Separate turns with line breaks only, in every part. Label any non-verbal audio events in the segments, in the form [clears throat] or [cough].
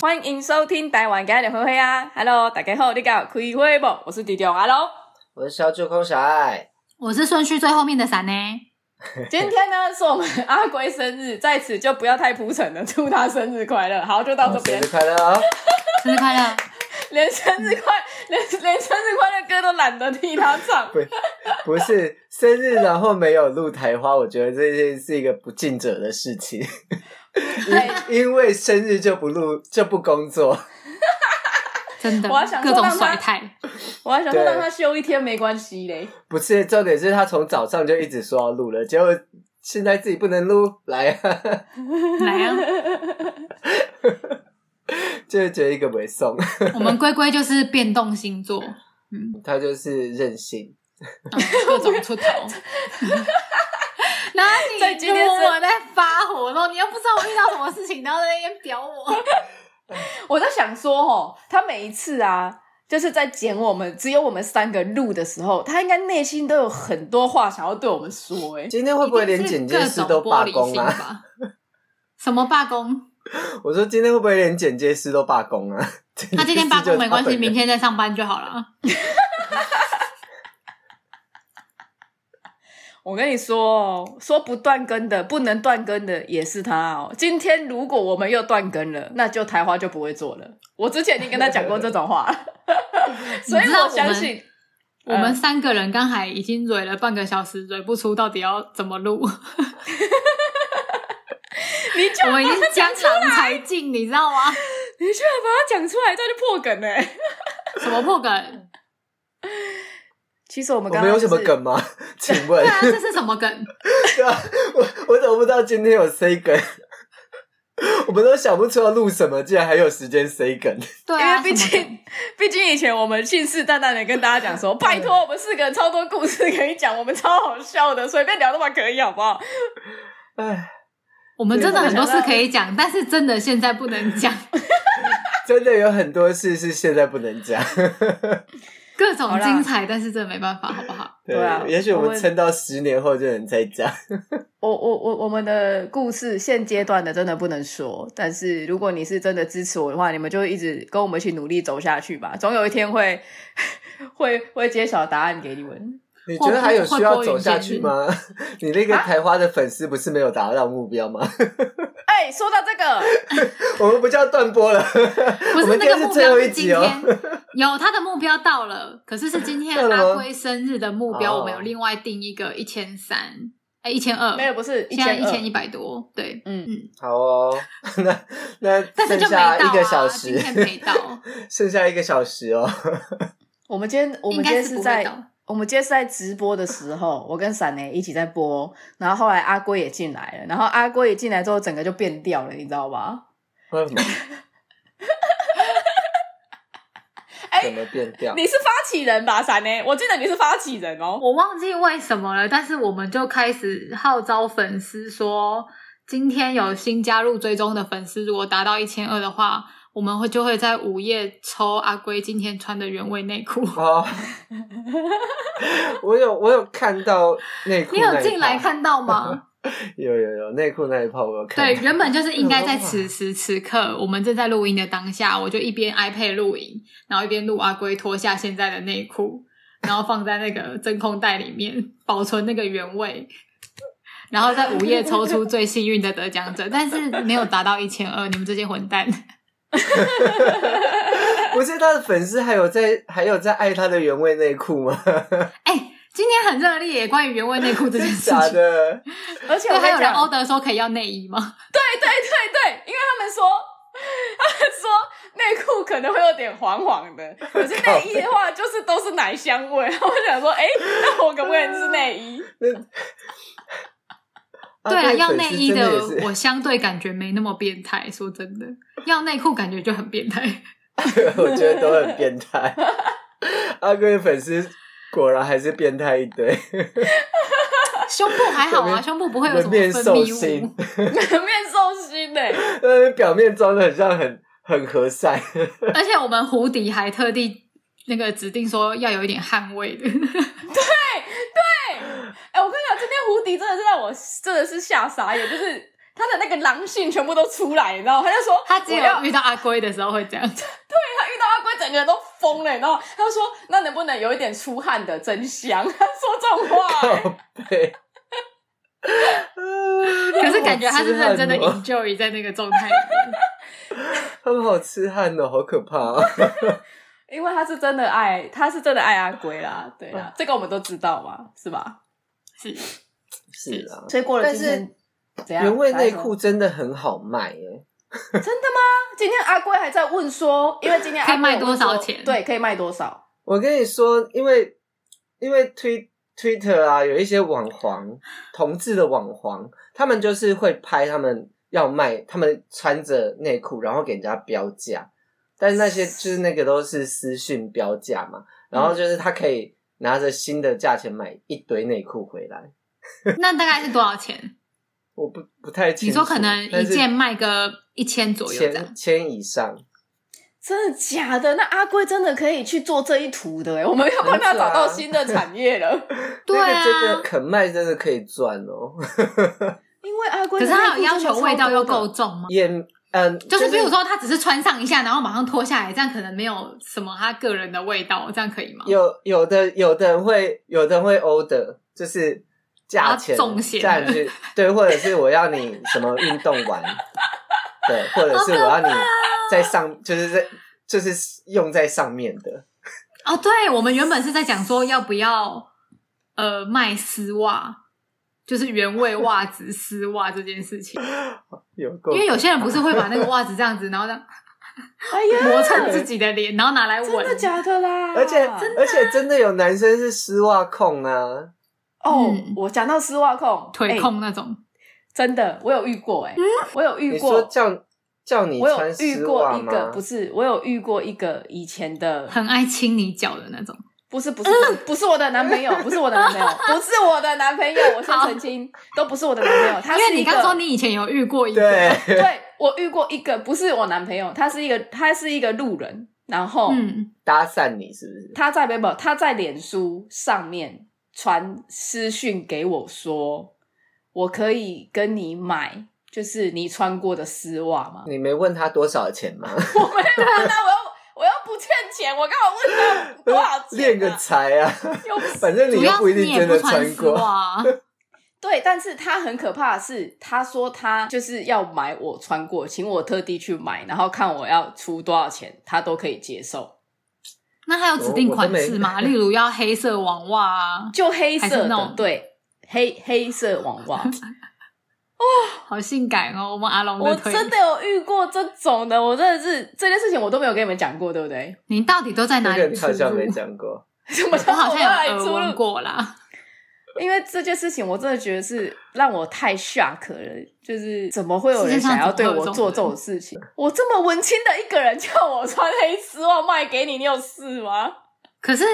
欢迎收听台湾家的灰灰啊！Hello，大家好，你敢有开会不？我是迪迪，Hello。 [laughs]
我是小九空小爱，
我是顺序最后面的伞呢。
今天呢是我们阿龟生日，在此就不要太铺陈了，祝他生日快乐。好，就到这
生
边
日，快乐哦！ [laughs]
生日
[laughs]
快乐！
连生日快 [laughs] 连连生日快乐歌都懒得替他唱。 [laughs]
不，不是生日，然后没有露台花，我觉得这件是一个不尽者的事情。 [laughs]
哎
因因为生日就不录就不工作，
真的
我还想，说
各种甩态。
我还想说
对
让他休一天没关系嘞。
不是重点是他从早上就一直说要录了，结果现在自己不能录，来啊， [laughs]
来啊，
就是觉得一个没送，
我们龟龟就是变动星
[laughs]
座，
他就是任性。
嗯各种
[laughs]
出头。然后
在
你
今天是
我在发火动，你又不知道我遇到什么事情，然后在那边表我。
我在想说，哦，他每一次啊，就是在剪我们只有我们三个录的时候，他应该内心都有很多话想要对我们说、欸，哎，
今天 [laughs] 会不会连剪接师都罢工
一定是各种玻璃
啊
心？吧？ [laughs] 什么罢
[laughs]
工？
我说今天会不会连剪接师都罢工啊？
他今天罢工没关系，
[laughs] 剪接师就他本人啊
明天再上班就好了。
我跟你说哦，说不断更的，不能断更的也是他哦。今天如果我们又断更了，那就台花就不会做了。我之前已经跟他讲过这种话，
[laughs]
所以
你知道
我
我们
相信嗯
我们三个人刚才已经蕊了半个小时，蕊不出到底要怎么
[laughs]
录，我
你居然
们已经江
讲出来
郎才尽，你知道吗？
你居然把它讲出来，这就破梗哎、
什么破梗？
其实我们
我
刚
们
刚
有什么
就是
梗吗？ [laughs] 请问
对啊，这是什么梗？
对啊， [laughs] 我我怎么不知道今天有 C 梗？ [laughs] 我们都想不出要录什么，竟然还有时间 C 梗。
对
因
啊，
为毕
什么梗
竟，毕竟以前我们信誓旦旦的跟大家讲
[laughs]
说，拜托，我们四个人超多故事可以讲，我们超好笑的，随便聊都嘛可以，好不好？
唉，
我们真的很多事可以讲，但是真的现在不能讲，
真的有很多事是现在不能讲。
各
好
种
啦
精彩，但是真的没办法，好不好？
对
对啊
也许我
我
们
们
撑到十年后就能再讲。
我我我我们的故事现阶段的真的不能说，但是如果你是真的支持我的话，你们就一直跟我们一起努力走下去吧，总有一天会会会揭晓答案给你们。
你觉得还有需要走下去吗？你那个
啊
台花的粉丝不是没有达到目标吗？ [laughs]
哎、说到这个，
我们不叫断播了， [laughs]
不
我
是
们今
那个
天是
目
最
标
后一
是今
集哦
天，有他的目标到了，可是是今天
到了吗
阿龟生日的目标，
哦
我们有另外定一个一千三，哎，一千二，
没有，不是一
[laughs] 现在
千
一千一
二，
百多，对，
嗯
嗯，
好哦。 [laughs] 那那
但是
剩
就没
下
到
一个
啊，
小
今
时，
天没到，
[laughs] 剩下一个小时哦。
我们今天我们今
应该
天
是
是
不会
在
到
我们今天是在直播的时候，我跟闪雷一起在播，然后后来阿龟也进来了，然后阿龟一进来之后，整个就变调了，你知道吧？
为什么？
哎
怎么变调？
你是发起人吧，闪雷？我记得你是发起人哦。
我忘记为什么了，但是我们就开始号召粉丝说，今天有新加入追踪的粉丝，如果达到一千二的话，我们会就会在午夜抽阿龟今天穿的原味内裤。
哦， [laughs] 我有我有看到内裤，
你有进来？看到吗？
有有有内裤那一炮，我有看
对，
到。 [laughs]
原本就是应该在此时此刻，我们正在录音的当下，我就一边 iPad 录影，然后一边录阿龟脱下现在的内裤，然后放在那个真空袋里面保存那个原味，然后在午夜抽出最幸运的得奖者，但是没有达到一千二，你们这些混蛋！
不是他的粉丝还有在还有在爱他的原味内裤
[laughs]
吗？
哎、今天很热烈耶，关于原味内裤这件事
假
情。
的，
而且
对，
我
啊
跟
还有
你
人
讲，
order 说可以要内衣吗？
对对对对，因为他们说， [laughs] 他们说内裤可能会有点黄黄的，可是内衣的话就是都是奶香味。我想说，哎、那我可不可以是内衣？ [laughs]
啊
[laughs] 对了，
被
要
粉
内
丝
衣
真的
的
也是，
我相对感觉没那么变态。说真的，要内裤感觉就很变态。
[laughs] 我觉得都很变态。阿龟的粉丝果然还是变态一堆，
胸部还好
人
[laughs] 啊，
面
胸部不会有什
门
么
面
分
兽
[laughs] 泌
心
物。，
面寿星呢、
但是表面装的很像很很和善。
而且我们胡迪还特地那个指定说要有一点汗味 [laughs] 的，
哎、我跟你讲，今天胡迪真的是让我真的是吓傻眼，就是他的那个狼性全部都出来，你知道吗？他就说
他只
我要
有遇到阿龟的时候会这 [laughs] 样，
他遇到阿龟，整个人都疯了，你知道吗？他就说那能不能有一点出汗的真香？ [laughs] 他说这种话、欸
靠背。
可
可
是感觉他是认真
哦
的 enjoy 在那个状态里面。
很好吃汗哦，好可怕、
[laughs]
哦！
因为他是真的爱，他是真的爱阿龟啦，对啦，这个我们都知道嘛，是吧？
[laughs] 是，
是啊，
所以过了今
但
天，怎样？
原味
来
内
说
裤真的很好卖耶，
今天阿龟还在问说，因为今天阿
可以卖
龟有问
多少
说
钱
对，可以卖多少？
我跟你说，因为因为推 Twitter 啊，有一些网黄，同志的网黄，他们就是会拍他们要卖，他们穿着内裤，然后给人家标价，但是那些就是那个都是私讯标价嘛，然后就是他可以拿着新的价钱买一堆内裤回来，
那大概是多少钱？
我不不太清
你
楚，
说可能一
但是
件卖个一千左右这
千
样，
千以上，
真的假的？那阿龟真的可以去做这一图的哎，我们要帮他
没错
找
啊
到新的产业了。
对
那个真
啊
的。肯卖真的可以赚哦，
[laughs] 因为阿龟
可
的
是
内裤
他有
真的
要求味道
超多
要够
的，
重吗？
也嗯，
就是比如说他只是穿上一下，然后马上脱下来，这样可能没有什么他个人的味道，这样可以吗？
有有的有的人会有的人会 order，就是价钱
啊中邪
价钱
[laughs]
去对，或者是我要你什么运动完，对，或者是我要你
哦
在上就是在就是用在上面的，
哦，对，我们原本是在讲说要不要呃卖丝袜，就是原味袜子、丝袜这件事情，
有够
因为有些人不是会把那个袜子这样子，然后这样
哎呀，
磨蹭自，己的脸，然后拿来
真
闻
的。假的啦？
而且、而且真的有男生是丝袜控啊，
哦
嗯，
我讲到丝袜控、
腿
哎
控那种，
真的，我有遇过哎，我有遇
你说
过。
叫叫你
我有
穿
遇
丝
过
袜
一个，
吗
不？是，我有遇过一个以前的
很爱亲你脚的那种。
不是不是不是不是我的男朋友，不是我的男朋友，不是我的男朋友，我先澄清，都不是我的男朋友。他
因为
是一
你
个
刚说你以前有遇过 [laughs] 一个，
对，
对我遇过一个不是我男朋友，他是一个他是一个路人，然后
嗯，
搭讪你是不是？
他在没有他在脸书上面传私讯给我说，我可以跟你买就是你穿过的丝袜吗？
你没问他多少钱吗？
我没有问他，我又我又不欠钱，我干嘛问他多少钱、啊？
[laughs] 练个财啊！
又不是
反正
主
你又
要
不一
是你
定
也
真
不
的
穿
穿
丝
过。
袜啊，
对，但是他很可怕的是，他说他就是要买我穿过，请我特地去买，然后看我要出多少钱，他都可以接受。
那还有指定款式
我
吗？例如要黑色网袜啊，
就黑色
还是
的，
那种
对，黑黑色网袜，
好性感 [laughs] 哦！我们阿龙
我
的腿，
真的有遇过这种的，我真的是这件事情我都没有跟你们讲过，对不对？ [laughs]
你到底都在哪
这个 [laughs]
里
你
出
好像没
入？
讲过，
什么
我
叫
好
我哪
像
里
有耳呃
出
闻
入？
过啦，
因为这件事情，我真的觉得是让我太 shock 了，就是怎么会有
世
人
界上
想要对
怎么
我
会有这种
做这种事情？我这么文青的一个人，叫我穿黑丝袜卖给你，你有事吗？
可是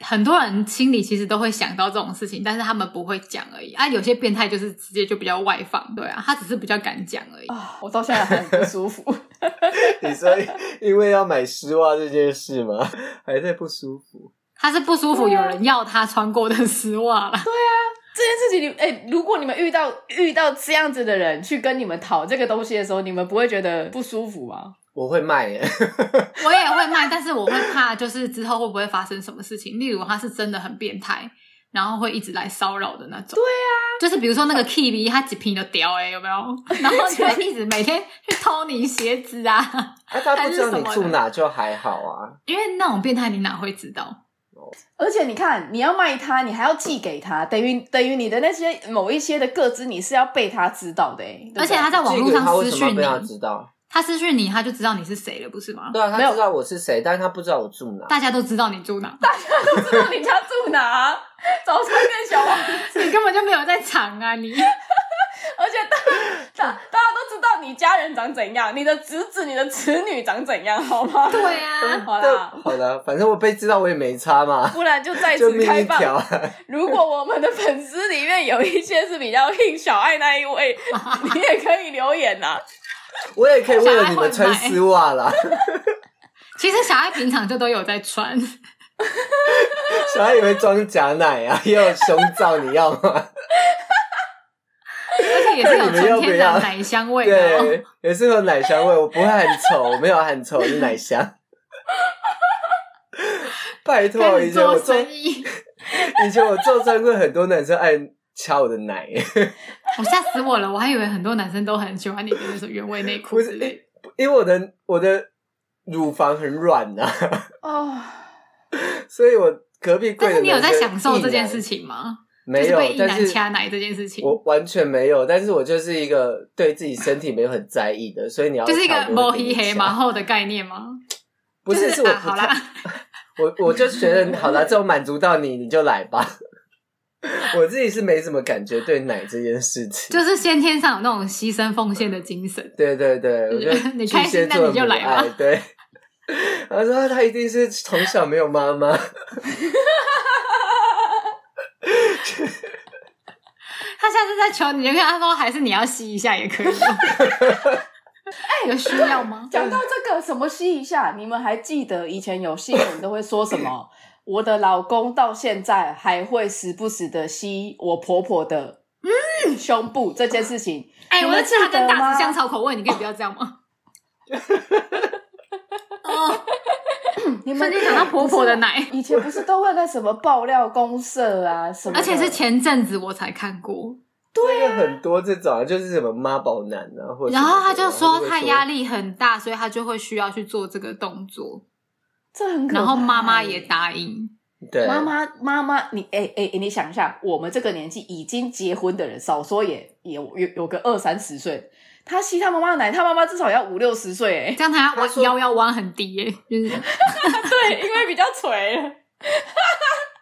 很多人心里其实都会想到这种事情，但是他们不会讲而已啊。有些变态就是直接就比较外放，对啊，他只是比较敢讲而已。
啊，我到现在还很不舒服。 [laughs]
你说因为要买丝袜这件事吗？ [laughs] 还在不舒服？
他是不舒服，
对
有
啊
人要他穿过的丝袜啦。
这件事情你，哎、如果你们遇到遇到这样子的人去跟你们讨这个东西的时候，你们不会觉得不舒服吗？
我会卖耶，
我也会卖，但是我会怕，就是之后会不会发生什么事情？例如他是真的很变态，然后会一直来骚扰的那种。对啊，就是比如说那个 K B，他几瓶都屌哎、欸，有 [laughs] 没有？然后就会一直每天去偷你鞋子啊，
啊，他不知道你住哪就还好啊。
因为那种变态你哪会知道？
而且你看，你要卖它，你还要寄给他，等于等于你的那些某一些的个资，你是要被他知道的、哎，对不对
而且他在网络
这个
上
他为
私
什么
讯
要
你
被，他知道？
他私讯你，他就知道你是谁了，不是吗？
对啊，
没有
他知道我是谁，但是他不知道我住哪。
大家都知道你住哪，
都知道你家住哪，早餐店小王子，
你根本就没有在藏啊！你
而且大大大家都知道你家人长怎样，你的侄子、你的侄女长怎样，好吗？
对啊，
好
这
啦，
好的，反正我被知道我也没差嘛，
不然就再
就
次
命
开
一
放。
条啊。
如果我们的粉丝里面有一些是比较 [laughs] hit 小爱那一位，你也可以留言啊
[laughs]
呐、
我也可以为了你们穿丝袜啦。
其实小爱平常就都有在
[laughs]
穿，
小 [laughs]
[laughs]
孩也会装假奶啊，也有胸罩，你要吗？
而且这也是有
你们要不
纯天
要
然奶香味的、哦。
对，有时候奶香味，我不会汗臭，我没有汗臭，是奶香。 [laughs] 拜托，
开
以
始
前我
做
做，
生
以
意，
前我做专柜，很多男生爱敲我的奶，
[laughs]
[laughs]
我吓死我了！我还以为很多男生都很喜欢你的那种原味内裤
不
之
是
类的。
因为我的我的乳房很软呐、
哦，
[laughs] 所以我隔壁柜
[laughs] 但
的
是你有在
男生
享受这件
一
事
男？
情吗？
没
[laughs] 就是
有
被一，
但
男
是
掐奶这件事情，
我完全没有，但是我就是一个对自己身体没有很在意的，所以你要
就是一个
敲我
摸
就给
黑
你
黑
敲
马，后的概念吗？
不是，
就是
我
啊
不
好
太
啦，
我我就觉得好了，这种满足到你，你就来吧。 [laughs] 我自己是没什么感觉对奶这件事情，
就是先天上有那种牺牲奉献的精神。
对对对，我觉得
你
巨
开
蟹
心那
座
你就
母
来吧
爱对， [laughs] 他说他一定是从小没有妈妈，
[laughs] 他下次再求你，就跟他说，还是你要吸一下也可以。哎，有需要吗？
讲到这个，什么吸一下？你们还记得以前有新闻都会说什
[coughs]
么？我的老公到现在还会时不时的吸我婆婆的
嗯
胸部这件事情，
哎，
你
我
们
在吃它
记得
跟大
吗
直香草口味，你可以不要这样吗？哦，
你们
瞬间想到婆婆的奶，
以前不是都会那什么爆料公社啊什么的，
而且是前阵子我才看过，
对、很多这种啊就是什么妈宝男啊，或者
然后他就
说
说他压
力，
力很大，所以他就会需要去做这个动作，
这很可怕。
然后妈妈也答应，
对
妈妈妈妈，你哎哎、哎你想一下，我们这个年纪已经结婚的人，少说也也有有有个二三十岁，他吸他妈妈的奶，他妈妈至少要五六十岁哎、
这样他
他
弯
说
腰要弯很低耶，就
[laughs]
是
对，因为比较垂了。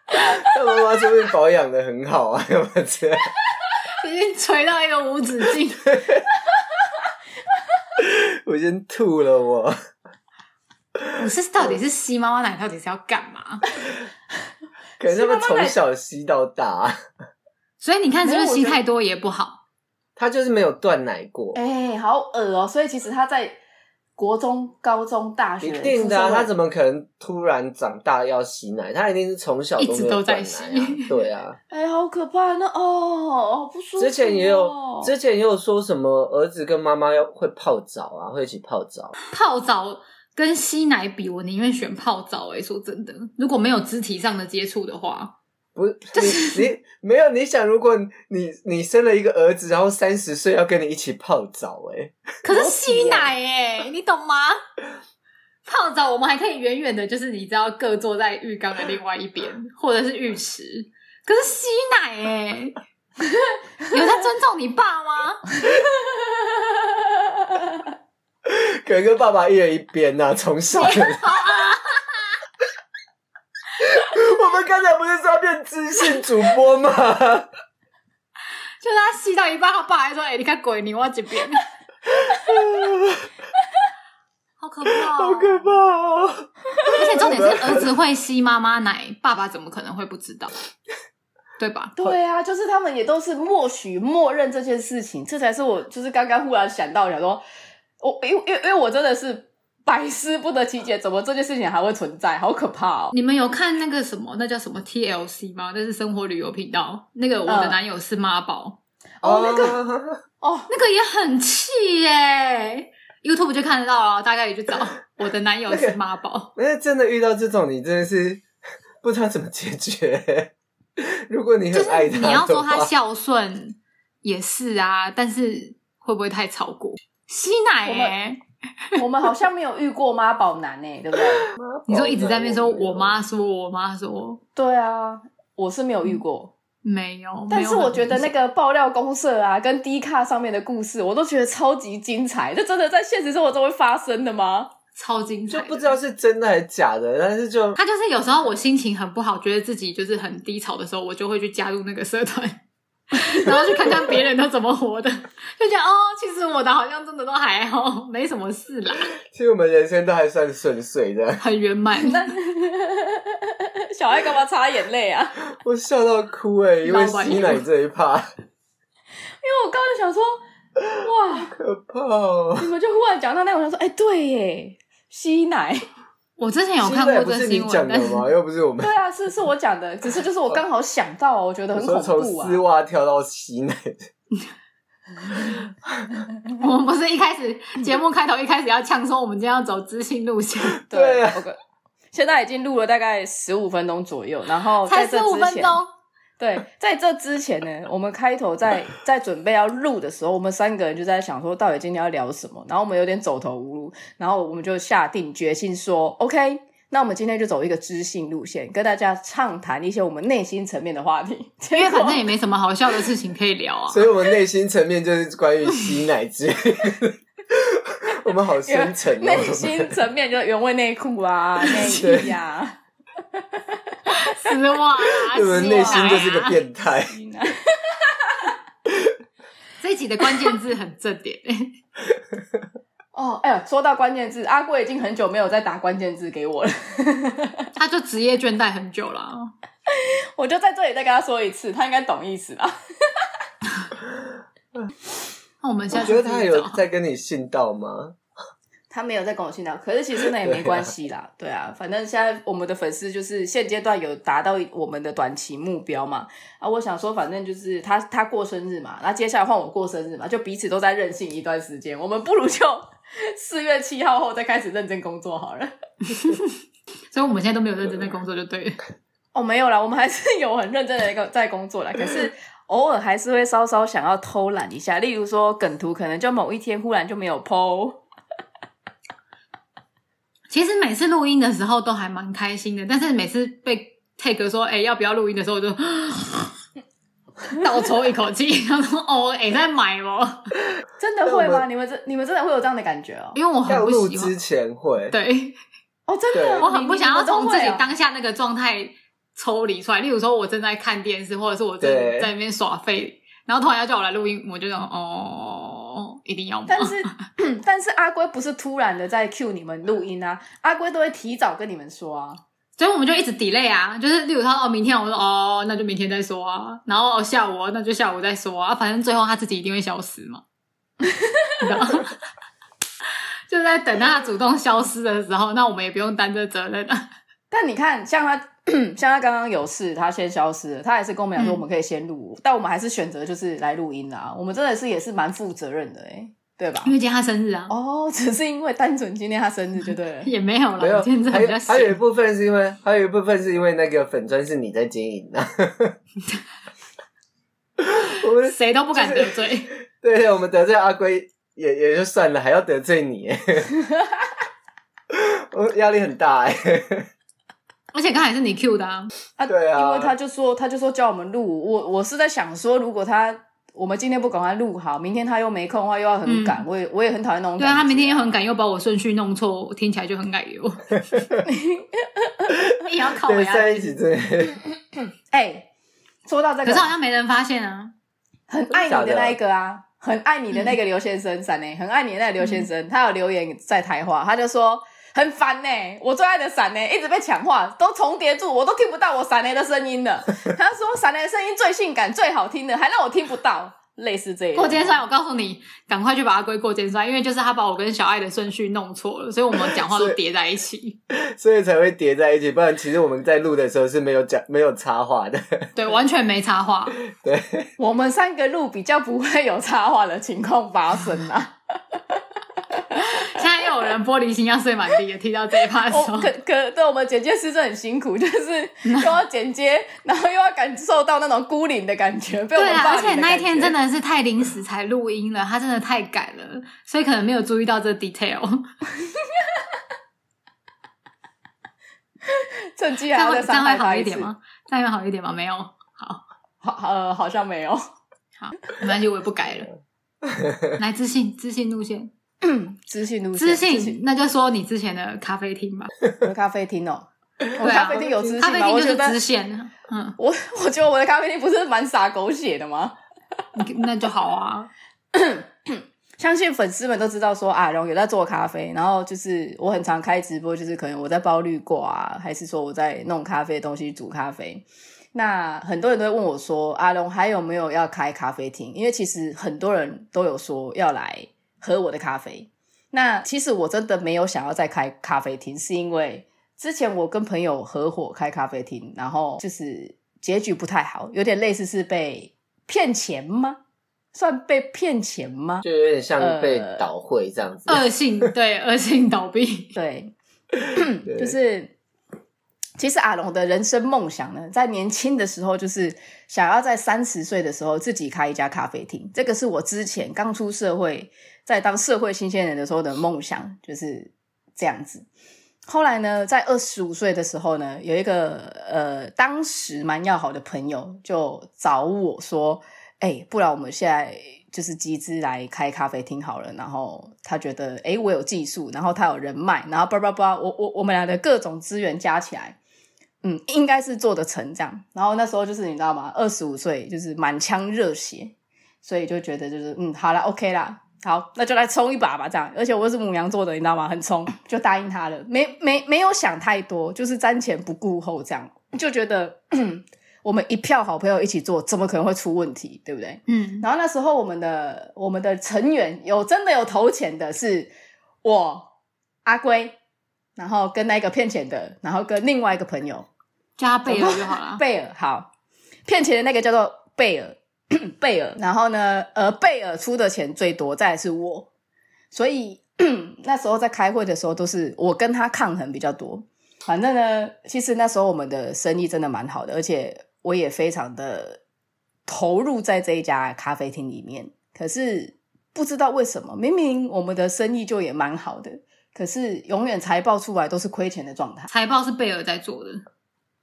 他妈妈说不定保养的很好啊， [laughs] 有没有这样？
已经垂到一个无止境。
我先吐了我。 [laughs]
我是到底是吸妈妈奶，到底是要干嘛？
可能他们从小吸到大，啊
所以你看，是不是
没有我
吸
觉得
太多也不好？
他就是没有断奶过，
哎、好恶哦、所以其实他在国中、高中、大学
一定的、啊，
出社会
他怎么可能突然长大要吸奶？他一定是从小
一直
没有
都在
断奶啊
吸，
对啊。
哎、好可怕！那哦，好不舒服、哦。
之前也有， [laughs] 之前也有说什么儿子跟妈妈要会泡澡啊，会一起泡澡。
泡澡跟吸奶比，我宁愿选泡澡、欸。哎，说真的，如果没有肢体上的接触的话，
不是你你没有你想，如果你你生了一个儿子，然后三十岁要跟你一起泡澡、欸，
可是
裸体
吸
耶
奶哎、你懂吗？泡澡我们还可以远远的，就是你知道各坐在浴缸的另外一
[laughs]
边，或者是浴池。可是吸奶哎、 [laughs] 有在尊重你爸吗？
可能跟爸爸一人一边呐、从小的。我们刚才不是说要变知性主播吗？
就是他吸到一半，他爸还说：“哎、你看鬼你我这
[laughs]
边。” [laughs] 好可怕、
好可！怕哦！
而且重点是，儿子会吸妈妈奶，爸爸怎么可能会不知道？对吧？
[laughs] 对啊，就是他们也都是默许、默认这件事情，这才是我就是刚刚忽然想到，想说，我因为因为因为我真的是百思不得其解，怎么这件事情还会存在，好可怕哦！
[laughs]
你们有看那个什么，那叫什么 TLC 吗？那是生活旅游频道。那个我的
嗯
男友是妈宝，
哦那
个
哦，
那个也很气耶、YouTube 就看得到啊，大概也就找我的男友是妈宝。
那真的遇到这种，你真的是 [laughs] 不知道怎么解决。如果你
就
很爱
是
他，
你要说他，孝顺也是啊，但是会不会太超过？吸奶
我
耶、
们我们好像没有遇过妈宝男诶、对不对？
你说一直在那边说我妈说我妈说
对啊，我是没有遇过，
没有，
但是
没有
我
很
觉得那
明显
个爆料公社啊，跟 D 卡上面的故事，我都觉得超级精彩，这真的在现实生活中会发生的吗？
超精彩
[laughs] 就
的，
不知道是真的还是假的，但是就
他就是有时候我心情很不好，觉得自己就是很低潮的时候，我就会去加入那个社团，然后去看看别人都怎么活的，就觉得哦，其实我的好像真的都还好，没什么事啦，
其实我们人生都还算顺遂的。
很圆满。 [laughs]
那小孩干嘛擦眼泪啊？
我笑到哭哎、因为吸奶这一趴，
因为我刚刚就想说，哇，
可怕哦！
你们就忽然讲到那，我想说，哎、对耶，吸奶，
我之前有
吸
看
奶
过
不
这
是你
新
讲
闻，
的
但是 [laughs]
吗？又不是我们
对。啊，是是我讲的，只是就是我刚好想到，我觉得
我
很啊
说
恐
从
怖啊
丝。袜跳到吸奶，
我们不是一开始节目开头一开始要呛说我们今天要走知性路线，
对啊
我跟现在已经录了大概十五分钟左右，然
哦
后
才
在这
十五
之
分
前，
钟，
对，在这之前呢，我们开头在在准备要录的时候，我们三个人就在想说，到底今天要聊什么？然后我们有点走投无路，然后我们就下定决心说，OK，那我们今天就走一个知性路线，跟大家畅谈一些我们内心层面的话题。
因为反正也
结果
没什么好笑的事情可以聊啊。
所以我们内心层面就是关于吸奶之类的， [laughs] 我们好深沉哦。
内
[laughs]
心层面就是原味内裤啊、内衣啊，
丝
[laughs]
袜啊，
我们内心就是
丝袜
个
啊。
变态。
嗯
这一集的关键字很正点， [laughs]
哦，哎呀，说到关键字，阿贵已经很久没有再打关键字给我了。
他就职业倦怠很久了啊。
我就在这里再跟他说一次，他应该懂意思吧？
那我们
我
下
觉得
次自
他
己
有
找。
在跟你信道
[laughs]
吗？
他没有在跟我信聊，可是其实那也没关系啦，对啊，反正现在我们的粉丝就是现阶段有达到我们的短期目标嘛，啊，我想说，反正就是他他过生日嘛，那接下来换我过生日嘛，就彼此都在任性一段时间，我们不如就 [laughs] 四月七号后再开始认真工作好了。
所以我们现在都没有认真在工作，就对了。
哦，没有啦，我们还是有很认真的一个在工作啦，可是偶尔还是会稍稍想要偷懒一下，例如说梗图，可能就某一天忽然就没有 PO。
其实每次录音的时候都还蛮开心的，但是每次被 take 说哎、要不要录音的时候，我就倒抽一口气， [laughs] 然后说哦哎、在买哦，
真的会
对我
吗？
们
你们真你们真的会有这样的感觉哦？
因为我很
要
不
录
喜欢
之。前会，
对，
哦，真的，
对
你
我很不想要从自己。
你们都会哦
当下那个状态抽离出来。例如说，我正在看电视，或者是我正
对
在那边耍废，然后突然要叫我来录音，我就想哦，一定要
[laughs]
吗？
但是 [clears throat] 但是阿龟不是突然的在 cue 你们录音啊，阿龟都会提早跟你们说啊。
所以我们就一直 delay 啊，就是例如他说哦，明天我说哦，那就明天再说啊，然后、哦、下午哦那就下午再说啊，反正最后他自己一定会消失嘛， [laughs] 你知道吗？就在等他主动消失的时候，那我们也不用担这责任啊了。
但你看，像他 [clears throat] 像他刚刚有事，他先消失了，他还是跟我们讲说
嗯
我们可以先录，但我们还是选择就是来录音啊。我们真的是也是蛮负责任的诶、欸对吧
因？为今天他生日啊，
哦， [laughs] 只是因为单纯今天他生日就对了。
也没有
没
了，
有
我今天真的
还
比
有
较
还有一
闲。
部分是因为，还有一部分是因为那个粉砖是你在经营的、 [laughs] 我们
谁都不敢得罪，
对，我们得罪阿龟也也就算了，还要得罪
[laughs]
你，我压力很大哎。
而且刚才是你 Q 的啊，
啊，
对啊
因为他就说，他就说叫我们录，我我是在想说，如果他我们今天不赶快录好，明天他又没空的话，又要很赶，我也我也很讨厌那种
嗯对
感觉。
啊，他明天又很赶，又把我顺序弄错，我听起来就很改
[laughs]
[laughs] 油。也要靠我
对，
呀，
在一起真的
哎、说到这
可
个
是，好像没人发现啊。
很爱你的那一个啊，很爱你的那个刘先生，闪呢、很爱你的那个刘先生，他有留言在台话，他就说。很烦呢、我最爱的闪呢、一直被抢话，都重叠住，我都听不到我闪呢、的声音了。他说闪呢、的声音最性感、最好听的，还让我听不到，类似这一类的
过肩摔，我告诉你，赶快去把它归过肩摔，因为就是他把我跟小爱的顺序弄错了，所以我们讲话都叠在一起。
所以才会叠在一起，不然其实我们在录的时候是没有讲、没有插话的。
对，完全没插话。
我们三个路比较不会有插话的情况发生啊啦。
现在又有人玻璃心要碎满地了，听到这
[laughs]
一趴的时
我
候
哦可，可对我们剪接师真的很辛苦， [laughs] 就是又要剪接，然后又要感受到那种孤零的感觉，被我
对
们
啊，
霸凌
而且那一天真
的
的是太临时才录音了，他真的太赶了，所以可能没有注意到这 detail。 [laughs]
感觉趁机
这
还
样
要
会
再
这
伤
样会
害
好
他
一
次
点。吗？这样会好一点吗？没有，好
好呃，好像没有。
[clears throat] 好，没关系，我也
[laughs]
不改了。来，自信，自信路线，
知性路线，
自信，那就说你之前的咖啡厅吧。
我的咖啡厅
[laughs]
哦，我
对
的咖
啊
啡厅有知性
咖啡
吗？
厅
我
就
觉
是
得
支线，嗯，
我我觉得我的咖啡厅不是蛮洒狗血的吗？
你 [laughs] 那就好啊。
相信粉丝们都知道说啊，然后有在做咖啡，然后就是我很常开直播，就是可能我在包绿果啊，还是说我在弄咖啡的东西煮咖啡。那很多人都会问我说，阿龙还有没有要开咖啡厅？因为其实很多人都有说要来喝我的咖啡。那其实我真的没有想要再开咖啡厅，是因为之前我跟朋友合伙开咖啡厅，然后就是结局不太好，有点类似是被骗钱吗？算被骗钱吗？
就有点像被
呃
倒会这样子。
恶性对恶性倒闭，
对，[clears throat]
对
就是其实阿龙的人生梦想呢，在年轻的时候就是想要在三十岁的时候自己开一家咖啡厅，这个是我之前刚出社会，在当社会新鲜人的时候的梦想，就是这样子。后来呢，在二十五岁的时候呢，有一个呃，当时蛮要好的朋友就找我说：“哎、不然我们现在就是集资来开咖啡厅好了。然后他觉得，哎、我有技术，然后他有人脉，然后叭叭叭，我我我们俩的各种资源加起来，嗯，应该是做得成这样。然后那时候就是你知道吗？二十五岁就是满腔热血，所以就觉得就是嗯，好啦 o、k 啦，好，那就来冲一把吧，这样。而且我又是母羊座的，你知道吗？很冲，就答应他了，没没没有想太多，就是瞻前不顾后，这样就觉得我们一票好朋友一起做，怎么可能会出问题，对不对？
嗯，
然后那时候我们的我们的成员有真的有投钱的是我阿龟，然后跟那个骗钱的，然后跟另外一个朋友
叫他贝尔就好
[laughs]
了。
贝尔，好，骗钱的那个叫做贝尔， [coughs] 贝尔。然后呢，呃，贝尔出的钱最多，再来是我，所以 [coughs] 那时候在开会的时候都是我跟他抗衡比较多。反正呢，其实那时候我们的生意真的蛮好的，而且我也非常的投入在这一家咖啡厅里面。可是不知道为什么，明明我们的生意就也蛮好的，可是永远财报出来都是亏钱的状态。
财报是贝尔在做的，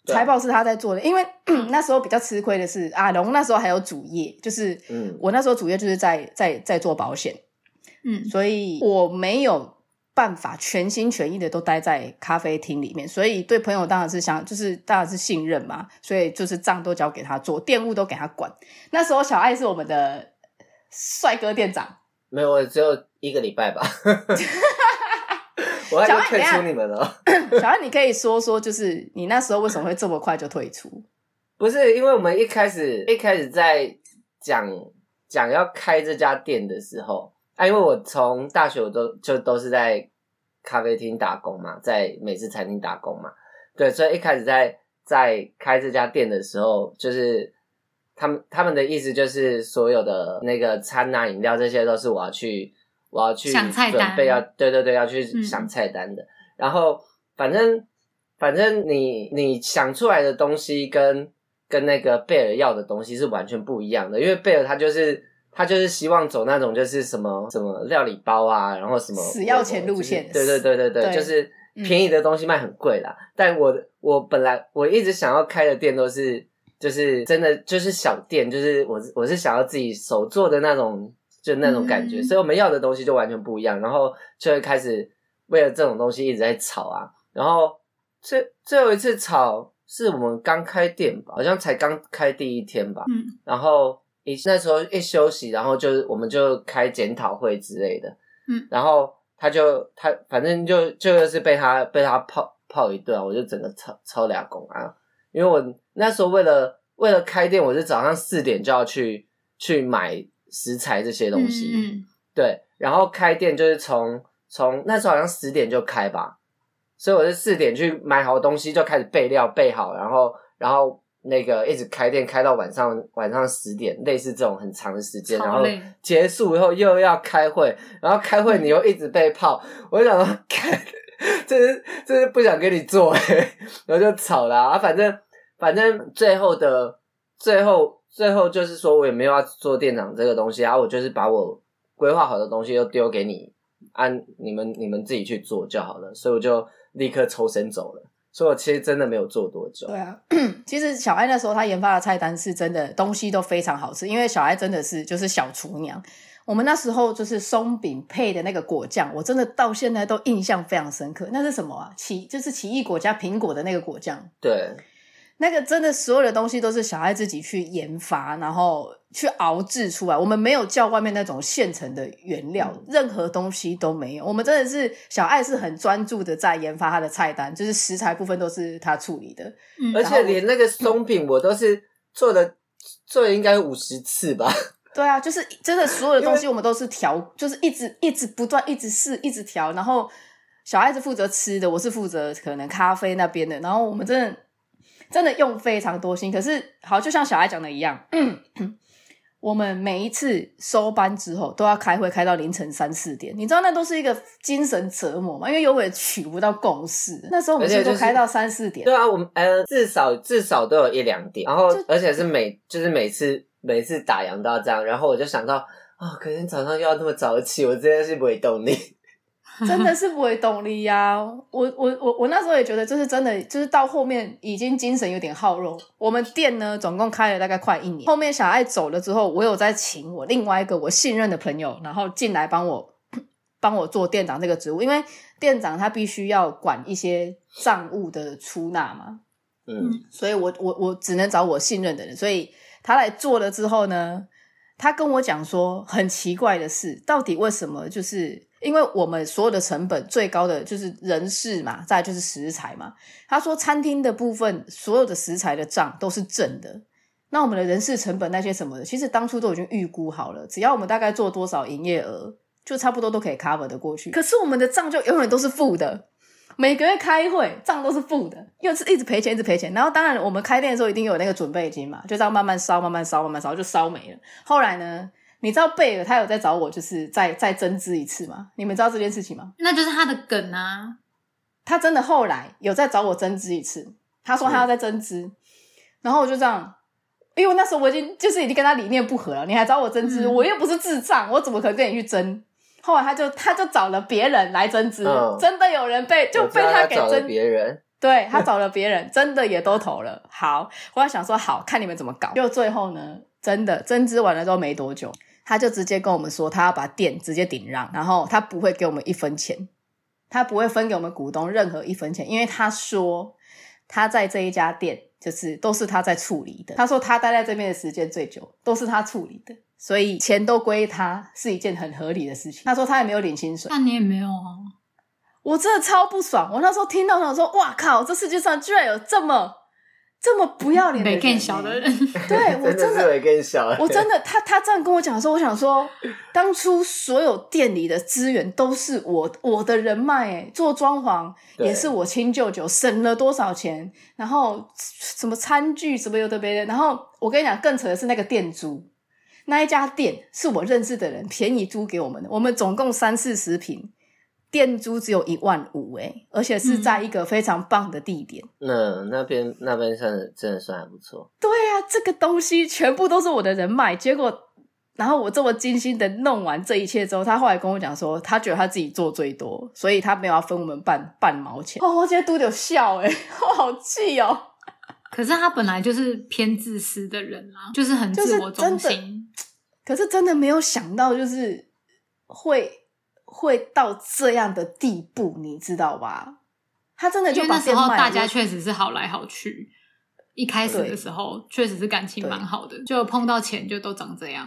对啊
财报是他在做的，因为 [clears throat] 那时候比较吃亏的是阿龙那时候还有主业，就是
嗯
我那时候主业就是在在在做保险，
嗯
所以我没有办法全心全意的都待在咖啡厅里面，所以对朋友当然是想就是当然是信任嘛，所以就是账都交给他做，店务都给他管。那时候小爱是我们的帅哥店长， [coughs]
没有，我只有一个礼拜吧。我还
小
要
爱
退
等一下
出你们哦了。
小爱你可以说说，就是你那时候为什么会这么快就退出？
不是，因为我们一开始一开始在讲讲要开这家店的时候，啊，因为我从大学我都就都是在咖啡厅打工嘛，在美式餐厅打工嘛，对，所以一开始在在开这家店的时候，就是他们他们的意思就是所有的那个餐啊、饮料这些都是我要去我要去
想菜单
准备要对对对要去
嗯
想菜单的，然后反正反正你你想出来的东西跟跟那个贝尔要的东西是完全不一样的，因为贝尔他就是他就是希望走那种就是什么什么料理包啊，然后什么
死要钱路线
就是对对对对对，
对
就是
嗯
便宜的东西卖很贵啦。但我我本来我一直想要开的店都是就是真的就是小店，就是我我是想要自己手做的那种就那种感觉，
嗯
所以我们要的东西就完全不一样，然后就会开始为了这种东西一直在吵啊，然后最最后一次吵是我们刚开店吧，好像才刚开第一天吧，
嗯
然后一那时候一休息，然后就是我们就开检讨会之类的，
嗯，
然后他就他反正就就是被他被他泡泡一顿啊，我就整个超超俩公啊，因为我那时候为了为了开店，我是早上四点就要去去买食材这些东西，
嗯
对，然后开店就是从从那时候好像十点就开吧，所以我是四点去买好东西就开始备料备好，然后然后那个一直开店开到晚上晚上十点，类似这种很长的时间，
好
然后
累
结束以后又要开会，然后开会你又一直被泡，我就想说， [laughs] 看，这是这是不想跟你做、欸，然后就吵啦、啊，反正反正最后的最后最后就是说我也没有要做店长这个东西啊，我就是把我规划好的东西都丢给你，按、你们你们自己去做就好了，所以我就立刻抽身走了。所以我其实真的没有做多久，
对啊， [clears throat] 其实小爱那时候她研发的菜单是真的东西都非常好吃，因为小爱真的是就是小厨娘。我们那时候就是松饼配的那个果酱，我真的到现在都印象非常深刻。那是什么啊？奇就是奇异果加苹果的那个果酱，
对
那个真的所有的东西都是小爱自己去研发，然后去熬制出来。我们没有叫外面那种现成的原料，
嗯
任何东西都没有。我们真的是小爱是很专注的在研发她的菜单，就是食材部分都是她处理的。
嗯，
而
然后
且
我
连那个松饼我都是做了做了应该五十次吧，
对啊，就是真
[laughs]
的所有的东
因
西我们都是调，就是一直一直不断一直试一直调，然后小爱是负责吃的，我是负责可能咖啡那边的，然后我们真的真的用非常多心，可是好就像小爱讲的一样， [clears throat] 我们每一次收班之后都要开会，开到凌晨三四点，你知道那都是一个精神折磨嘛？因为永远取不到共识。那时候我们
而且
是
就
都
是
开到三四点，
对啊，我们呃至少至少都有一两点，然后
就
而且是每就是每次每次打烊都要这样，然后我就想到啊，可能早上又要那么早起，我真的是不会动力。嗯
真的是不会动力呀、我我我我那时候也觉得，就是真的，就是到后面已经精神有点耗弱。我们店呢，总共开了大概快一年。后面小爱走了之后，我有在请我另外一个我信任的朋友，然后进来帮我 [clears throat] 帮我做店长这个职务，因为店长他必须要管一些账务的出纳嘛。
嗯，
所以我我我只能找我信任的人。所以他来做了之后呢，他跟我讲说，很奇怪的是，到底为什么？就是因为我们所有的成本最高的就是人事嘛，再来就是食材嘛。他说餐厅的部分所有的食材的账都是正的。那我们的人事成本那些什么的，其实当初都已经预估好了，只要我们大概做多少营业额，就差不多都可以 cover 的过去。可是我们的账就永远都是负的，每个月开会账都是负的，又是一直赔钱，一直赔钱。然后当然我们开店的时候一定有那个准备金嘛，就这样慢慢烧，慢慢烧，慢慢烧，就烧没了。后来呢，你知道贝尔他有在找我，就是再再增资一次嘛？你们知道这件事情吗？
那就是他的梗啊。
他真的后来有再找我增资一次，他说他要再增资，然后我就这样，因为那时候我已经就是已经跟他理念不合了，你还找我增资，
嗯
我又不是智障，我怎么可能跟你去争？后来他就他就找了别人来增资，
嗯
真的有人被就
我知
被
道
他
他
给
找了
增
别人，
对他找了别人，真的也都投了。好，我还想说好看你们怎么搞。就最后呢，真的增资完了之后没多久，他就直接跟我们说，他要把店直接顶让，然后他不会给我们一分钱，他不会分给我们股东任何一分钱，因为他说他在这一家店就是都是他在处理的。他说他待在这边的时间最久，都是他处理的，所以钱都归他是一件很合理的事情。他说他也没有领薪水。
但你也没有哦，
我真的超不爽！我那时候听到，想说：“哇靠，这世界上居然有这么这么不要脸的
没
人、欸
更小的。人，
对
[laughs]
我真
的是
的，
会更小了，
我真的，他他这样跟我讲的时候，我想说，当初所有店里的资源都是我我的人脉，哎，做装潢
对
也是我亲舅舅，省了多少钱，然后什么餐具什么有的没的，然后我跟你讲，更扯的是那个店租。那一家店是我认识的人便宜租给我们的，我们总共三四十平，店租只有一万五哎，而且是在一个非常棒的地点。
嗯，那边那边算是真的算还不错，
对呀、这个东西全部都是我的人脉，结果。然后我这么精心的弄完这一切之后，他后来跟我讲说，他觉得他自己做最多，所以他没有要分我们半半毛钱。哦，我今天嘟有笑哎、我 [laughs] 好气哦！
[laughs] 可是他本来就是偏自私的人啦、就是很
就是
自我中
真的
心。
可是真的没有想到，就是会会到这样的地步，你知道吧？他真的
因
就
为
把
那时
店
候
卖了
大家确实是好来好去，一开始
对
的时候确实是感情蛮好的，就碰到钱就都长这
[laughs]
样。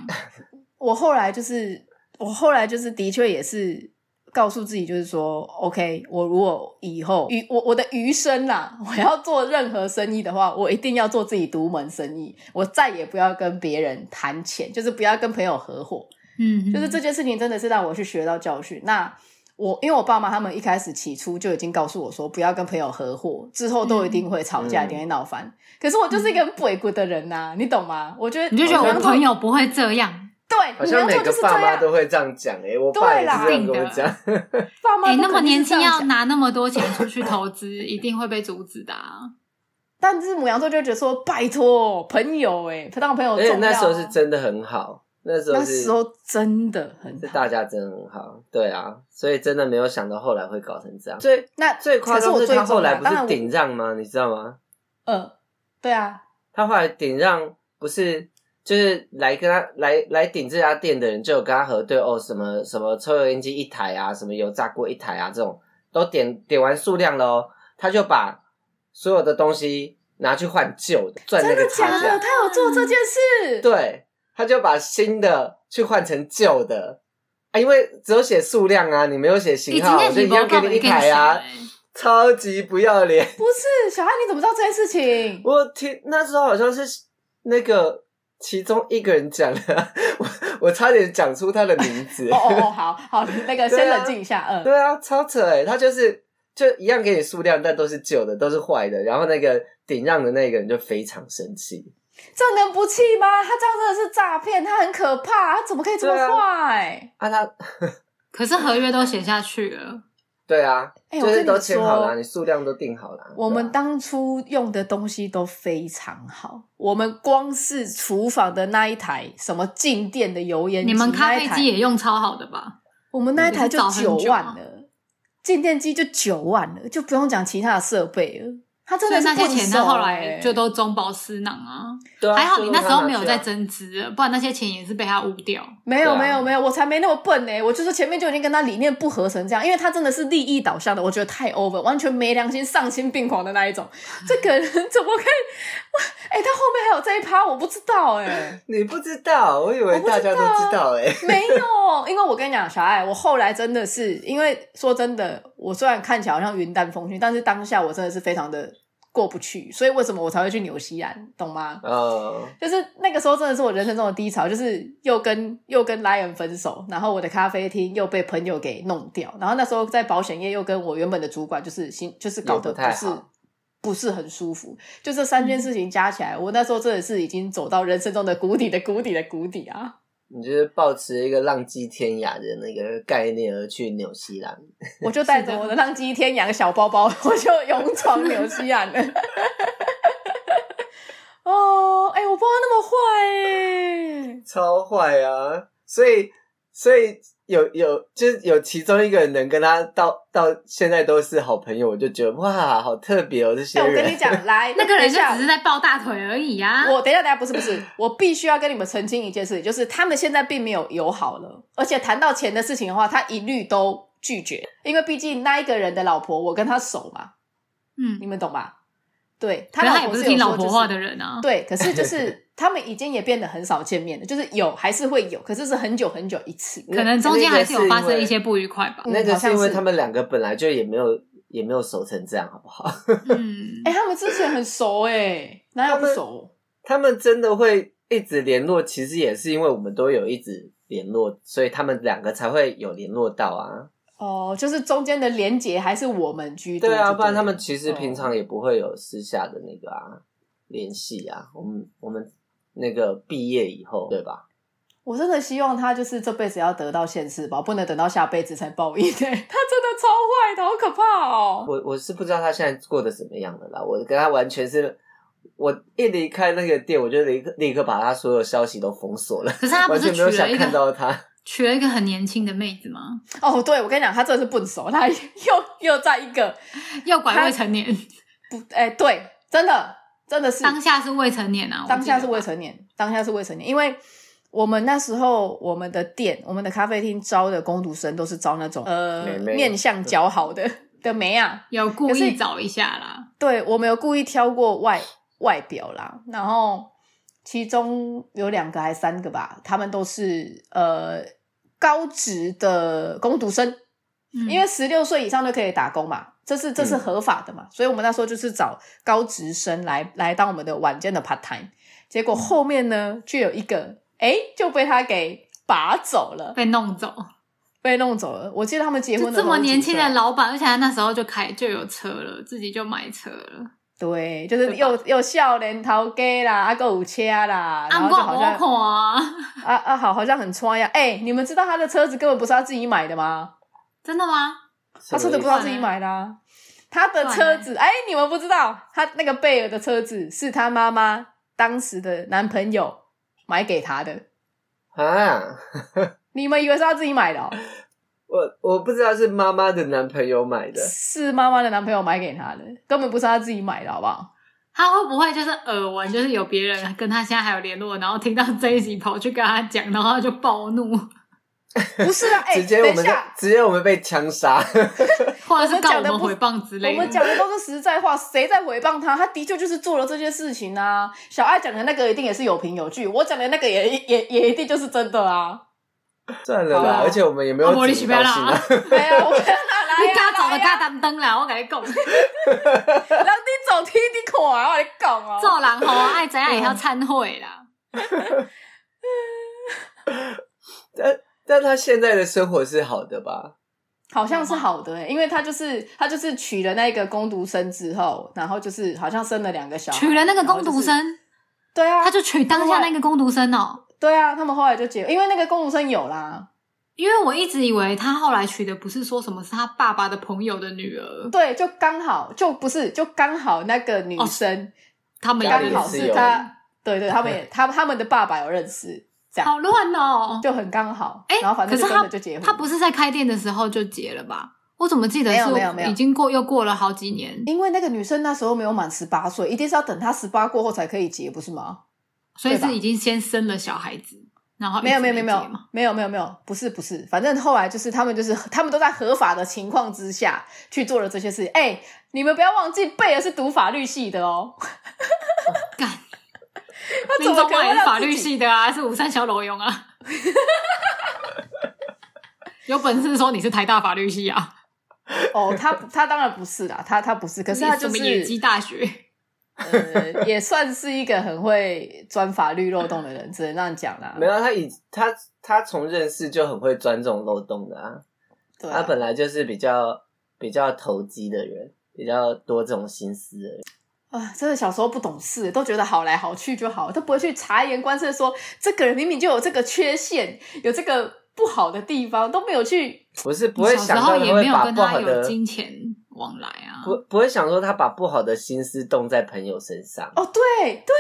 我后来就是，我后来就是的确也是告诉自己，就是说，OK，我如果以后余我我的余生啦、我要做任何生意的话，我一定要做自己独门生意，我再也不要跟别人谈钱，就是不要跟朋友合伙。
嗯，
就是这件事情真的是让我去学到教训。那我因为我爸妈他们一开始起初就已经告诉我说，不要跟朋友合伙，之后都一定会吵架，
嗯
一定会闹翻。可是我就是一个
[laughs]
很鬼谷的人呐、你懂吗？我觉得
你就觉得
我
我朋友不会这样。
对
好
你没
像
有
每
错就
个
是这
爸妈
样，
都会这样讲诶、我爸也
对啦
是这样跟我讲，
爸妈
哎、
都
那么
肯定
年
是这
轻
样
要
想
拿那么多钱出去投资，一定会被阻止的、啊。
但是母羊座就觉得说，拜托朋友哎、他当朋友
而
重要
且
啊。
那时候是真的很好，那时候
那
是
时候真的很
是
好
大家真的很好，对啊，所以真的没有想到后来会搞成这样。最
那
最夸张
可是我最
他后来
重
不
要当然
是
啊我
顶让吗？你知道吗？
呃，对啊，
他后来顶让不是就是来跟他来来顶这家店的人就有跟他核对哦，什么什么抽油烟机一台啊，什么油炸锅一台啊，这种都点点完数量喽，他就把所有的东西拿去换旧的，赚
真
那
的
个
假
差
的？
价。
他有做这件事，
对，他就把新的去换成旧的。啊，因为只有写数量啊，你没有写
已
型
经
号，
在
我就一样给你一台啊，超级不要脸。
不是小汉，你怎么知道这件事情？哦
我听那时候好像是那个其中一个人讲的 [laughs] 啊、我我差点讲出他的名字
哦。哦哦，好好，你那个
对啊
先冷静一下，嗯，
[laughs] 对啊，超扯哎、他就是就一样给你数量，但都是旧的，都是坏的。然后那个顶让的那个人就非常生气，
正能不气吗？他这样真的是诈骗，他很可怕，他怎么可以这么
对啊
坏？
啊，他
可是合约都写下去了，
对啊，
哎我
就
跟
是
你
都签好了啊，
说
你数量都定好了啊。
我们
对啊
当初用的东西都非常好，我们光是厨房的那一台什么静电的油烟机，
你们咖
那一
啡
哎台
机也用超好的吧？
我们那一台就
嗯
九万了，静电机就九万了，就不用讲其他的设备了。他真
所
的
以
是
那些
笨
钱
手
他后
欸
来就都中饱私囊啊。
对啊
还好你那时候没有在
这，
增资了，不然那些钱也是被他污掉。
没有、
对啊
没有没有，我才没那么笨呢、我就说前面就已经跟他理念不合成这样，因为他真的是利益导向的，我觉得太 over，完全没良心、丧心病狂的那一种。这个人 [laughs] 怎么可以？哇哎、他后面还有这一趴，我不知道哎、
你不知道，我以为
我不知道
大家都知道哎、
[laughs] 没有，因为我跟你讲，小爱，我后来真的是因为说真的，我虽然看起来好像云淡风轻，但是当下我真的是非常的过不去，所以为什么我才会去纽西兰，懂吗？
哦，
就是那个时候真的是我人生中的低潮，就是又跟又跟 Lion 分手，然后我的咖啡厅又被朋友给弄掉，然后那时候在保险业又跟我原本的主管就是心就是搞得
也不太
不是
好
不是很舒服，就这三件事情加起来，我那时候真的是已经走到人生中的谷底的谷底的谷底啊！
你就是抱持一个浪迹天涯的那个概念而去纽西兰，
我就带着我的浪迹天涯的小包 [laughs] 包，我就勇闯纽西兰了。 [laughs] 哦，哎、我不知道那么坏哎、
超坏啊！所以，所以有有就是有其中一个人能跟他到到现在都是好朋友，我就觉得哇，好特别哦，这些
哎、我
人。
跟你讲，来，
[laughs] 那个人
等一
就
下
只是在抱大腿而已呀、啊。
我等一下，等一下，不是不是，我必须要跟你们澄清一件事情，就是他们现在并没有友好了，而且谈到钱的事情的话，他一律都拒绝，因为毕竟那一个人的老婆，我跟他熟嘛，你
嗯，
们懂吧？对他
可是
老
他也
婆
不
是
是
有
听老
说就
婆
是
话的人啊。
对，可是就是
[laughs]
他们已经也变得很少见面了，就是有还是会有，可是是很久很久一次。
可能中间还是有发生一些不愉快
[laughs]
吧。
嗯
那个
好像
是因为
是
他们两个本来就也没有也没有熟成这样，好不好？ [laughs]
嗯，
哎、他们之前很熟哎、哪有不熟？
他们真的会一直联络，其实也是因为我们都有一直联络，所以他们两个才会有联络到啊。
哦，就是中间的连结还是我们居多。
对嗯啊，
就
不然他们其实
哦
平常也不会有私下的那个啊联系啊。我们我们那个毕业以后，对吧？
我真的希望他就是这辈子要得到现世报，不能等到下辈子才报
[laughs]
应、欸。他真的超坏的，好可怕哦！
我我是不知道他现在过得怎么样的啦。我跟他完全是，我一离开那个店，我就立刻立刻把他所有消息都封锁了，
可是他不
完
是
全没
娶
有
了
想
一
看
个
到他。
娶了一个很年轻的妹子吗？
哦，对，我跟你讲，他真的是笨手，他又又在一个
要拐
他
未成年，
不，哎、对，真的真的是
当下是未成年啊，我
当下
记
是
得
未
吧。
成年，当下是未成年，因为我们那时候我们的店、我们的咖啡厅招的工读生都是招那种呃
妹妹
面相姣好的 [laughs] 的妹啊，
有故
可是
意找一下啦，
对我们有故意挑过外外表啦，然后其中有两个还三个吧，他们都是呃高职的工读生，
嗯
因为十六岁以上就可以打工嘛，这是这是合法的嘛，所以我们那时候就是找高职生来来当我们的晚间的 part time，结
嗯
果后面呢，就有一个哎就被他给拔走了，
被弄走，
被弄走了。我记得他们结
就
婚的时候
这么
是
年
几
轻
岁
的老板，而且他那时候就开就有车了，自己就买车了。
对，就是
对吧
又又少年头家啦，啊个有车啦，然后
啊，不
就
过
好
我
像
看啊，
啊啊好好像很穿呀，哎，你们知道他的车子根本不是他自己买的吗？
[laughs] 真的吗？
他车子不是
什么意
他自己买啊的、啊，他的车子，哎、你们不知道，他那个贝尔的车子是他妈妈当时的男朋友买给他的。
思啊？
你们以为是他自己买的、哦？
我我不知道是妈妈的男朋友买的，
是妈妈的男朋友买给他的，根本不是他自己买的，好不好？
他会不会就是耳闻，就是有别人跟他现在还有联络，然后听到这一集跑去跟他讲，然后他就暴
[laughs]
怒，
不是啊，哎、
[laughs] 直接
等
我
一
们
下，
直接我们被枪杀。 [laughs]
或者是告
讲
我
的
们
不
诽谤之
我
类
们
的？
讲的都是实在话，谁在诽谤他？他的确就是做了这件事情啊。小爱讲的那个一定也是有凭有据，我讲的那个也也也一定就是真的啊。
算了啦
好，
而且我们也没有
啊莫里
主
奇
导
贝拉
性啊。
[laughs] 哎呀，哎我哪来、啊？
你嘎走
来
的
啊
嘎当灯啦，我跟你讲，
人你走天你看啊，我跟你讲哦。
做人吼爱怎
嗯
样也要忏悔啦。
但但他现在的生活是好的吧？
好像是好的、欸，因为他就是他就是娶了那个工读生之后，然后就是好像生了两个小孩，
娶了那个
然后
工
就是
读生，
啊对啊，
他就娶当下那个工读生哦。
对啊，他们后来就结，因为那个公读生有啦。
因为我一直以为他后来娶的不是说什么是他爸爸的朋友的女儿，
对，就刚好就不是，就刚好那个女
哦
生
他们
家里
刚
人
好
是
是
有
他，对对，他们也他他们的爸爸有认识，这样
好乱哦。
就很刚好。
哎
然后反正就
可
是真
他
的就结婚，
他不是在开店的时候就结了吧？我怎么记得
嗯没有没有没
是
有
已经过又过了好几年，
因为那个女生那时候没有满十八岁，一定是要等她十八过后才可以结，不是吗？
所以
对吧
是已经先生了小孩子，然后
没有没有没有
一直
没
结
有
嘛
没有没有没有，不是不是，反正后来就是他们就是他们都在合法的情况之下去做了这些事情。哎、你们不要忘记，贝尔是读法律系的哦， [laughs]
干。
他怎么
林宗
可能会
翰也是
让
法
自
律
己
系的啊，是五三小裸用啊。有本事说你是台大法律系啊，
哦，他不他当然不是啦，他他不是，可是他就
你什么野鸡
是
大学，
呃，也算是一个很会钻法律漏洞的人，只能这样讲啦。
没有，他以他他从认识就很会钻这种漏洞的啊。
对啊、
他本来就是比较比较投机的人，比较多这种心思的人。
啊，真的小时候不懂事，都觉得好来好去就好，都不会去察言观色说这个人明明就有这个缺陷，有这个不好的地方，都没有去。
不是不会
小时
想到
候也
他
没
会
有
把
跟
不
他
好
有
的
金钱往来啊。
不不会想说他把不好的心思动在朋友身上。
哦，对对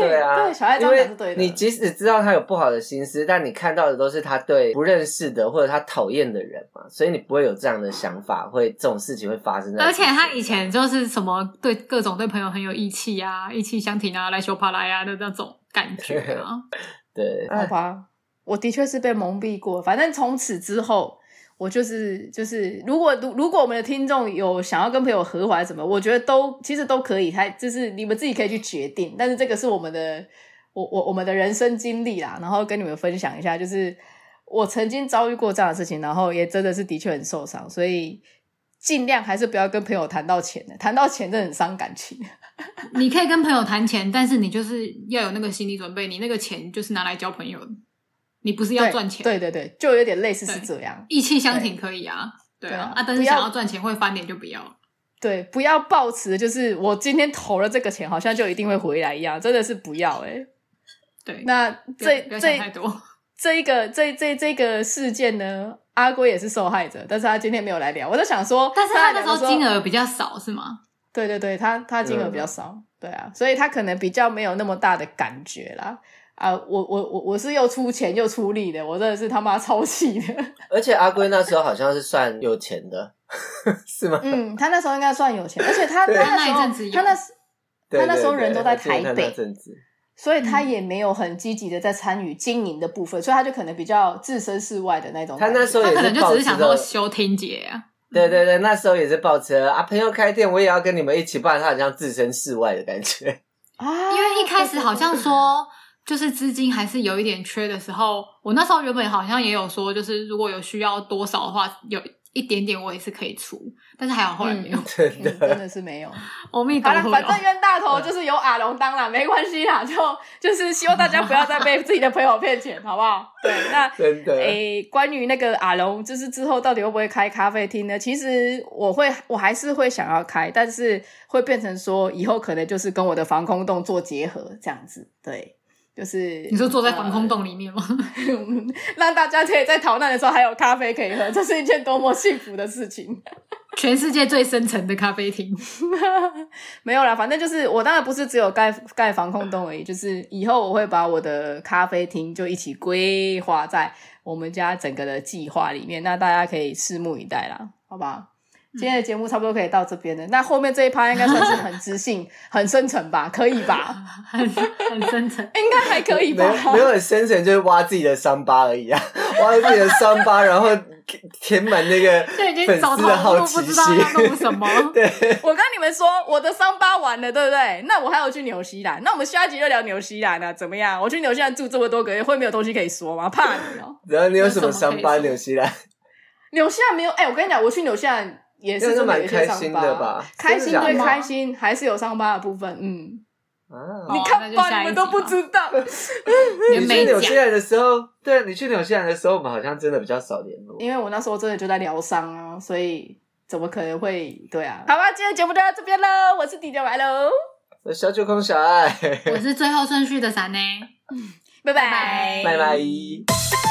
对
对啊，
对，小爱这
因
样讲
为
是对的。
你即使知道他有不好的心思，但你看到的都是他对不认识的或者他讨厌的人嘛，所以你不会有这样的想法，会这种事情会发生在你
而
身
且
上。
他以前就是什么对各种对朋友很有义气啊，义气相挺啊，来修帕拉呀的那种感觉啊。
对，
好
哎
吧，我的确是被蒙蔽过。反正从此之后，我就是就是，如果如如果我们的听众有想要跟朋友合伙还是怎么，我觉得都其实都可以，还就是你们自己可以去决定。但是这个是我们的我我我们的人生经历啦，然后跟你们分享一下，就是我曾经遭遇过这样的事情，然后也真的是的确很受伤，所以。尽量还是不要跟朋友谈到钱的，谈到钱真的很伤感情。
你可以跟朋友谈钱，但是你就是要有那个心理准备，你那个钱就是拿来交朋友的，你不是要
对
赚钱。
对对对，就有点类似是
对
这样。
义气相挺可以啊，对
对啊，
啊啊，但是
不要
想要赚钱会翻脸就不要。
对，不要抱持就是我今天投了这个钱，好像就一定会回来一样，真的是不要哎、欸
对，
那
不要
这
不要想太
这
多，
这一个这这这个事件呢，阿龟也是受害者，但是他今天没有来聊，我在想说，
但是
他
他那时候金，额比较少是吗？
对对对，他他金额比较少，对啊，所以他可能比较没有那么大的感觉啦。啊，我我我我是又出钱又出力的，我真的是他妈超气的。
而且阿龟那时候好像是算有钱的， [laughs] 是吗？
嗯，他那时候应该算有钱，而且他他
对
那时
他那一
候
阵子有
他那时
对
他那
对
时候
对
人都在
我记得
台
他那
北
阵子
所以
嗯
他也没有很积极的在参与经营的部分，所以他就可能比较置身事外的那种
他
感觉。
那时候
他
也
可能
是
就
抱
只
持
是想
着
说休听节啊，
对对对，那时候也是抱持了啊，朋友开店我也要跟你们一起，不然他好像置身事外的感觉。 [laughs]
啊，
因为一开始好像说。就是资金还是有一点缺的时候，我那时候原本好像也有说，就是如果有需要多少的话，有一点点我也是可以出，但是还好后来没 [laughs] 有。
真
嗯
的，
真的是没有。
我们 [laughs]
好了，反正冤大头就是由阿龙当啦，没关系啦，就就是希望大家不要再被自己的朋友骗钱，好不好？ [laughs] 对，那
真的，
诶，关于那个阿龙，就是之后到底会不会开咖啡厅呢？其实我会，我还是会想要开，但是会变成说以后可能就是跟我的防空洞做结合这样子，对，就是
你说坐在防
呃
空洞里面吗？ [laughs]
[laughs] 让大家可以在逃难的时候还有咖啡可以喝， [laughs] 这是一件多么幸福的事情。 [laughs]
全世界最深层的咖啡厅，
没有啦，反正就是我当然不是只有盖盖防空洞而已，就是以后我会把我的咖啡厅就一起规划在我们家整个的计划里面，那大家可以拭目以待啦，好吧？
嗯
今天的节目差不多可以到这边了，那后面这一趴应该算是很知性、很深沉吧？可以吧？
[laughs] 很很深层。
应该还可以
[laughs] 没
吧？
有没有很深层，就是挖自己的伤疤而已啊，挖自己的伤疤，然后填填满那个
就已经
粉
走
丝
投
的
无
好
路，不
奇
知
心
道。要录
[laughs]
什么。
[laughs]
[laughs]
我跟你们说，我的伤疤完了，对不对？那我还有去纽西兰，那我们下一集就聊纽西兰啊，怎么样？我去纽西兰住这么多个月，会没有东西可以说吗？怕你哦、
然后你有什么伤疤？
有什么可以说
纽西
[laughs]
兰啊
纽西兰没有，哎、我跟你讲，我去纽西兰也是
那是
真的
蛮
有一些
开
伤
心
疤，
的吧
开
真
心
的假的
对开心，还是有伤疤的部分， [laughs] 嗯。
啊，
哦
你看
那就下
吧，
一
你
集
们都不知道。
连
你去
美
纽西
甲，
兰的时候，对你去纽西兰的时候，我们好像真的比较少联络。
因为我那时候真的就在疗伤啊，所以怎么可能会对啊？好吧，今天节目就到这边喽，我是迪姐白喽，
我小九孔小爱，
我是最后顺序的伞呢。
拜
拜
拜
拜拜。